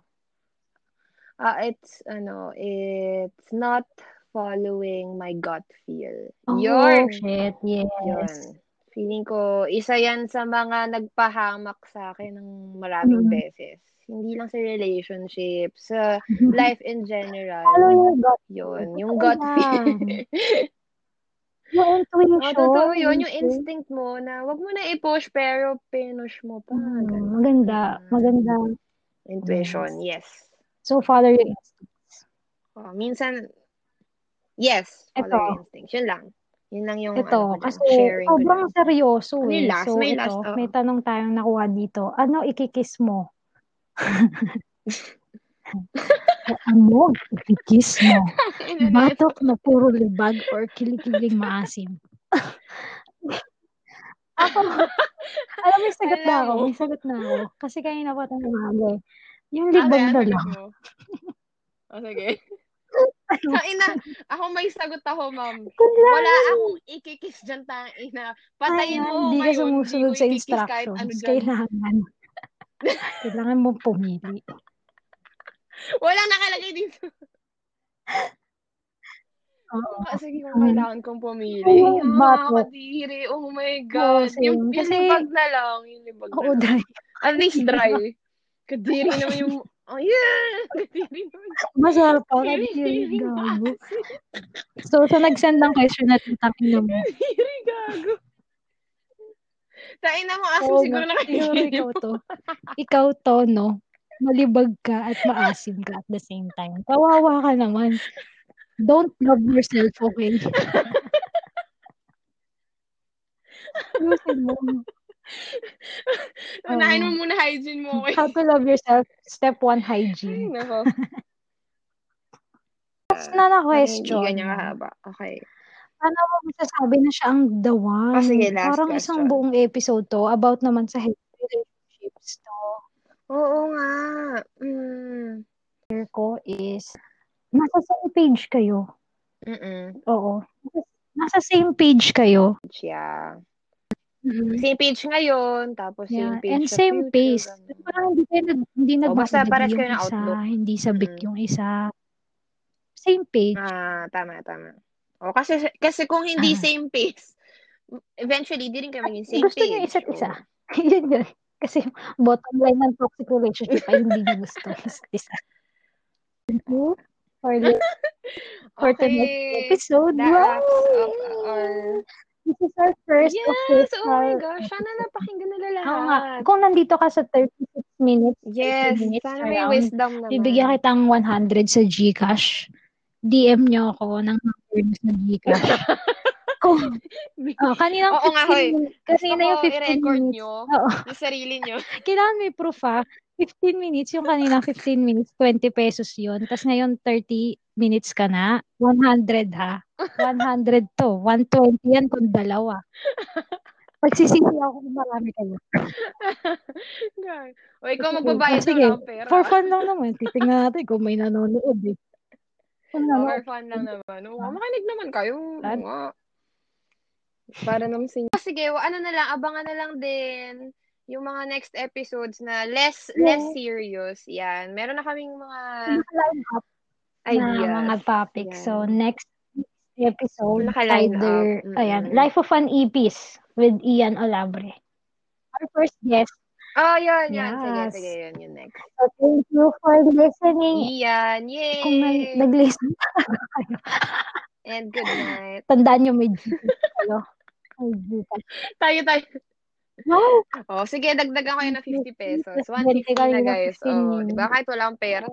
[SPEAKER 2] Ah, it's, ano, it's not following my gut feel.
[SPEAKER 1] Oh,
[SPEAKER 2] Yun.
[SPEAKER 1] shit. Yes.
[SPEAKER 2] Yun. Feeling ko, isa yan sa mga nagpahamak sa akin ng maraming
[SPEAKER 1] Mhm.
[SPEAKER 2] beses. Hindi lang sa relationships, sa life in
[SPEAKER 1] Mm-hmm. Follow
[SPEAKER 2] general.
[SPEAKER 1] your gut.
[SPEAKER 2] Yun, yung
[SPEAKER 1] Totoo
[SPEAKER 2] gut feel.
[SPEAKER 1] yan. Yung
[SPEAKER 2] oh,
[SPEAKER 1] intuition.
[SPEAKER 2] totoo yun, yung
[SPEAKER 1] Lindsay.
[SPEAKER 2] instinct mo na wag mo na i-push pero pinush mo pa.
[SPEAKER 1] Mm,
[SPEAKER 2] Ganun.
[SPEAKER 1] maganda. Maganda.
[SPEAKER 2] Intuition, yes.
[SPEAKER 1] So, follow your instincts.
[SPEAKER 2] Oh, minsan, yes, follow
[SPEAKER 1] Ito.
[SPEAKER 2] your instincts. Yun lang. Yun lang yung ano ko
[SPEAKER 1] Ito,
[SPEAKER 2] dyan,
[SPEAKER 1] kasi
[SPEAKER 2] sharing ko dyan.
[SPEAKER 1] sobrang seryoso
[SPEAKER 2] Ano yung
[SPEAKER 1] eh.
[SPEAKER 2] last?
[SPEAKER 1] So,
[SPEAKER 2] May last?
[SPEAKER 1] ito,
[SPEAKER 2] Oo.
[SPEAKER 1] may tanong tayong nakuha dito. Ano ikikiss mo? Ano? Kiss mo.
[SPEAKER 2] Ayun, ano yun?
[SPEAKER 1] Batok na puro libag or kilikiling maasim. ako, alam mo, may sagot na
[SPEAKER 2] Alam
[SPEAKER 1] ako.
[SPEAKER 2] mo.
[SPEAKER 1] May sagot na ako. Kasi kanina pa tayo umaga eh. Yung
[SPEAKER 2] Ah,
[SPEAKER 1] libag
[SPEAKER 2] kaya
[SPEAKER 1] na
[SPEAKER 2] sagot
[SPEAKER 1] lang.
[SPEAKER 2] mo. O, sige. Tang ina, ako may sagot ako, ma'am.
[SPEAKER 1] Kung lang.
[SPEAKER 2] Wala akong ikikiss dyan, tang ina. Patayin
[SPEAKER 1] Ayan,
[SPEAKER 2] mo ako
[SPEAKER 1] Hindi ka
[SPEAKER 2] ngayon,
[SPEAKER 1] sumusunod
[SPEAKER 2] hindi
[SPEAKER 1] sa
[SPEAKER 2] ko ikikiss kahit ano
[SPEAKER 1] instructions.
[SPEAKER 2] dyan.
[SPEAKER 1] Kailangan. Kailangan mong pumili.
[SPEAKER 2] Wala nakalagay dito.
[SPEAKER 1] Oo.
[SPEAKER 2] Kasi
[SPEAKER 1] Mm.
[SPEAKER 2] kailangan kong pumili.
[SPEAKER 1] Oo,
[SPEAKER 2] Yung
[SPEAKER 1] bato.
[SPEAKER 2] mga kadiri, oh my God.
[SPEAKER 1] same.
[SPEAKER 2] yung, yung
[SPEAKER 1] Kasi-
[SPEAKER 2] libag na lang. Yung libag na
[SPEAKER 1] Oo,
[SPEAKER 2] lang.
[SPEAKER 1] dahil
[SPEAKER 2] At least dry. Kadiri naman yung... Oh, yeah! Kadiri naman.
[SPEAKER 1] masarap ako.
[SPEAKER 2] Kadiri,
[SPEAKER 1] Kadiri, gago.
[SPEAKER 2] maasim.
[SPEAKER 1] So, sa nag-send ng question natin, tapin mo.
[SPEAKER 2] Kadiri, gago. Tain na mo, asim
[SPEAKER 1] Oo,
[SPEAKER 2] siguro
[SPEAKER 1] nga. Siguro
[SPEAKER 2] nakakadiri
[SPEAKER 1] ikaw to. Ikaw to, no? Malibag ka at maasim ka at the same time. Kawawa ka naman. Don't love yourself, okay? Ayusin mo.
[SPEAKER 2] Unahin
[SPEAKER 1] um,
[SPEAKER 2] mo muna hygiene mo. Okay?
[SPEAKER 1] How to love yourself, step one,
[SPEAKER 2] Ay,
[SPEAKER 1] hygiene.
[SPEAKER 2] nako.
[SPEAKER 1] Next na na
[SPEAKER 2] Hindi
[SPEAKER 1] question.
[SPEAKER 2] ganyan kahaba. Okay.
[SPEAKER 1] Paano mo masasabi na siya ang the one?
[SPEAKER 2] Oh, sige, last
[SPEAKER 1] Parang
[SPEAKER 2] question.
[SPEAKER 1] isang buong episode to about naman sa healthy relationships to.
[SPEAKER 2] Oo nga. Mm.
[SPEAKER 1] Here ko is, nasa same page kayo.
[SPEAKER 2] Mm-mm.
[SPEAKER 1] Oo. Nasa same page kayo.
[SPEAKER 2] Yeah. Same page ngayon, tapos
[SPEAKER 1] Yeah.
[SPEAKER 2] same page
[SPEAKER 1] And
[SPEAKER 2] sa
[SPEAKER 1] same
[SPEAKER 2] future,
[SPEAKER 1] pace.
[SPEAKER 2] ganun.
[SPEAKER 1] Parang hindi kayo nag, hindi
[SPEAKER 2] Oh, basta
[SPEAKER 1] nagmamadali
[SPEAKER 2] pares
[SPEAKER 1] yung
[SPEAKER 2] kayo ng
[SPEAKER 1] isa,
[SPEAKER 2] outlook. Mm-hmm.
[SPEAKER 1] hindi sabik
[SPEAKER 2] Mm-mm.
[SPEAKER 1] yung isa. Same page.
[SPEAKER 2] Ah, tama, tama. O, kasi, kasi kung hindi
[SPEAKER 1] Ah.
[SPEAKER 2] same pace, eventually, di rin kayo maging same
[SPEAKER 1] gusto
[SPEAKER 2] page.
[SPEAKER 1] niyo isa't
[SPEAKER 2] Oo.
[SPEAKER 1] isa. yun yun. Kasi bottom line ng toxic relationship ay hindi niyo gusto isa't isa. Thank you for the for tonight's
[SPEAKER 2] Oh. Okay.
[SPEAKER 1] episode.
[SPEAKER 2] That oh. wraps up
[SPEAKER 1] Wow!
[SPEAKER 2] our...
[SPEAKER 1] This is our first
[SPEAKER 2] Yes!
[SPEAKER 1] official.
[SPEAKER 2] Oh my gosh! Sana napakinggan nila
[SPEAKER 1] Oo nga.
[SPEAKER 2] lahat.
[SPEAKER 1] Kung nandito ka sa 36 minutes, 30
[SPEAKER 2] Yes!
[SPEAKER 1] minutes
[SPEAKER 2] Sana may
[SPEAKER 1] around,
[SPEAKER 2] wisdom naman.
[SPEAKER 1] bibigyan kitang 100 sa Gcash. DM nyo ako ng 100 sa Gcash. Kung, oh, kaninang
[SPEAKER 2] Oo nga,
[SPEAKER 1] 15
[SPEAKER 2] hoy.
[SPEAKER 1] minutes. Kanina
[SPEAKER 2] Gusto
[SPEAKER 1] yung
[SPEAKER 2] ko
[SPEAKER 1] 15
[SPEAKER 2] i-record
[SPEAKER 1] minutes.
[SPEAKER 2] nyo.
[SPEAKER 1] Oo.
[SPEAKER 2] Yung sarili nyo.
[SPEAKER 1] Kailangan may proof ah. 15 minutes, yung kanina 15 minutes, 20 pesos yun. Tapos ngayon 30 minutes ka na, 100 ha. 100 to. 120 yan kung dalawa. Pagsisisi ako kung marami kayo.
[SPEAKER 2] God. O, ikaw
[SPEAKER 1] Sige. Ah,
[SPEAKER 2] magbabayad daw
[SPEAKER 1] sige.
[SPEAKER 2] lang ng pera.
[SPEAKER 1] For fun lang naman. Titingnan natin kung may nanonood eh. Kung
[SPEAKER 2] Or
[SPEAKER 1] nanonood.
[SPEAKER 2] fun lang naman. Oo, nga, makinig naman kayo. Oo
[SPEAKER 1] Lad-
[SPEAKER 2] nga. Para naman sa inyo. Oh, sige, o, ano na lang, abangan na lang din yung mga next episodes na less
[SPEAKER 1] Yeah.
[SPEAKER 2] less serious. Yan. Meron na kaming mga
[SPEAKER 1] Naka-line up
[SPEAKER 2] ideas.
[SPEAKER 1] na mga topics. So,
[SPEAKER 2] Ayan.
[SPEAKER 1] next episode,
[SPEAKER 2] Naka-line
[SPEAKER 1] either,
[SPEAKER 2] up. Mm-mm.
[SPEAKER 1] ayan, Life of an EPs with Ian Olabre. Our first guest.
[SPEAKER 2] Oh, yun, yun. Sige,
[SPEAKER 1] Yes.
[SPEAKER 2] sige, yun, yun next.
[SPEAKER 1] So, thank you for listening.
[SPEAKER 2] Yan, yay!
[SPEAKER 1] Kung nag- nag-listen,
[SPEAKER 2] And good night.
[SPEAKER 1] tandaan nyo may G kayo. May G kayo.
[SPEAKER 2] Tayo, tayo.
[SPEAKER 1] No!
[SPEAKER 2] Oh, sige, dagdagan ko yun na 50 pesos. 150
[SPEAKER 1] Benta
[SPEAKER 2] na,
[SPEAKER 1] kayo ng
[SPEAKER 2] guys.
[SPEAKER 1] 15
[SPEAKER 2] Oh,
[SPEAKER 1] yun.
[SPEAKER 2] di ba? Kahit wala akong pera.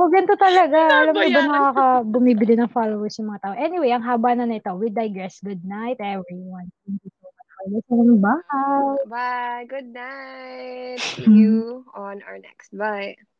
[SPEAKER 1] So, ganito talaga. Alam mo, iba
[SPEAKER 2] Bayaran.
[SPEAKER 1] nakaka bumibili ng followers yung mga tao. Anyway, ang haba na nito. We digress. Good night, everyone. Thank you so much for listening. Bye! Mm-hmm.
[SPEAKER 2] Bye. Good night. See you on our next. Bye.